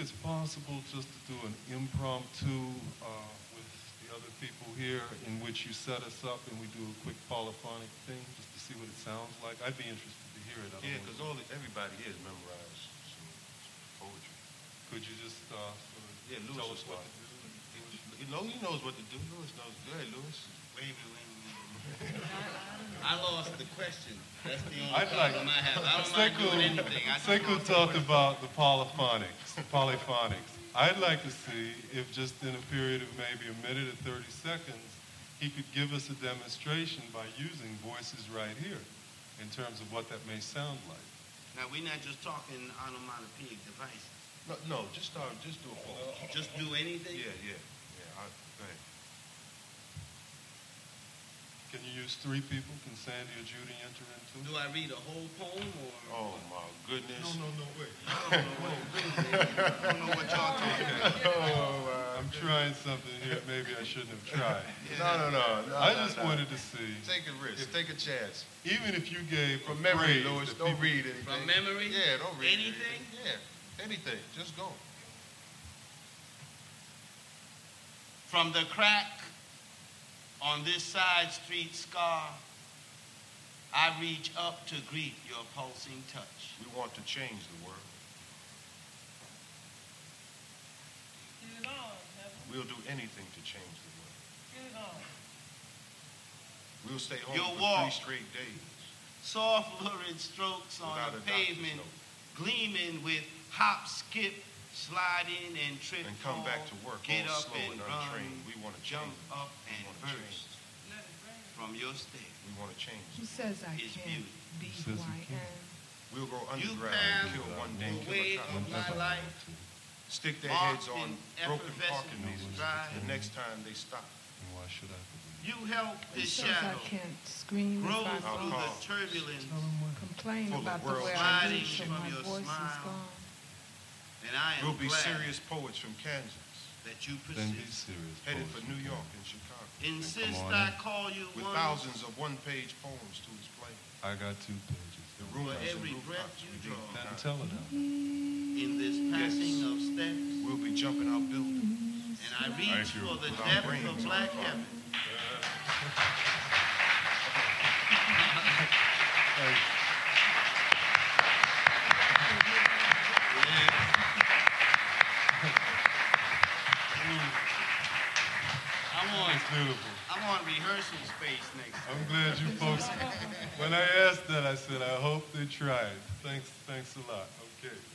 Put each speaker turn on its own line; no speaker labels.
It's possible just to do an impromptu uh, with the other people here in which you set us up and we do a quick polyphonic thing just to see what it sounds like. I'd be interested to hear it. I don't know.
Yeah, because all everybody here has memorized some poetry.
could you just uh, sort of
Yeah, Lewis
tell
knows
us
what
why?
to do. He, was- he know- he knows what to do. Lewis knows. Go ahead, Lewis.
Wait a minute, wait a minute. I lost the question. That's the only
I'd like-
problem I have. I don't mind doing
Sekou,
anything. I just
Sekou
lost the
talked
question.
about the polyphonics, polyphonics. I'd like to see if just in a period of maybe a minute or 30 seconds, he could give us a demonstration by using voices right here in terms of what that may sound like.
Now, we're not just talking onomatopoeic devices.
No, no, just start. Just do a poem.
Just do anything?
Uh, Yeah, yeah, yeah. I, go ahead.
Can you use three people? Can Sandy or Judy enter into
Do
it?
I read a whole poem or?
Oh my goodness.
no, no, wait.
I don't know what to do, man. I don't know what y'all talking about.
Oh,
I'm trying something here maybe I shouldn't have tried.
No, no, no, no.
I
no,
just
no.
wanted to see,
take a risk. Take a chance.
even if you gave a
From memory,
phrase
Lewis.
that
Don't
people-
read anything.
From memory?
Yeah, don't read
Anything?
Yeah, anything. Just go.
From the crack on this side street scar, I reach up to greet your pulsing touch.
We want to change the world.
Get it on, Heather.
We'll do anything to change the
Get it on.
world. We'll stay home
Your
for three
walk.
straight days.
Soft lurid strokes on
Without a
the
doctor's
pavement, gleaming with hop, skip, slide in and trip.
and come back
fall,
to work
Get
all
up
slow
and
and untrained.
run,
We want to
jump
change.
up
We
and
want to change.
burst
Let it rain.
from your stairs.
We want to change.
Who says I
It's
can't? B
beauty. Says
Y
you
N.
We'll go
You
underground
found
and kill one day,
the way
kill a
of
cop.
my life,
Stick their heads
marked in
on broken parking
effervescent
meters.
stride.
The next time they stop,
And Why should I?
You help
Who
this
says
shadow
I can't scream
grow
if
through
I bleed?
the
Alcohol.
turbulence,
Complain
Full of
about the
world
way I
Sliding
live till
from
my
your
voice is
smile.
gone.
and I
we'll
am
be
glad
serious poets from Kansas,
that you
Then be
persist.
serious.
headed
poets.
for New York and Chicago,
Insist
Come on
I
in.
call you
with
one
thousands of one-page poems to his play.
I got two pages.
The
for
rumors and
every breath
rooftops
you
we leave
draw
Then
behind.
tell it out.
in this passing of steps,
We'll be jumping out buildings.
and I reach
Thank you.
for the
Without
depth
brains,
of black
alcohol.
heaven. I want,
It's beautiful.
I want rehearsal space next
I'm glad you folks. When I asked that, I said I hope they try it. Thanks, thanks a lot. Okay.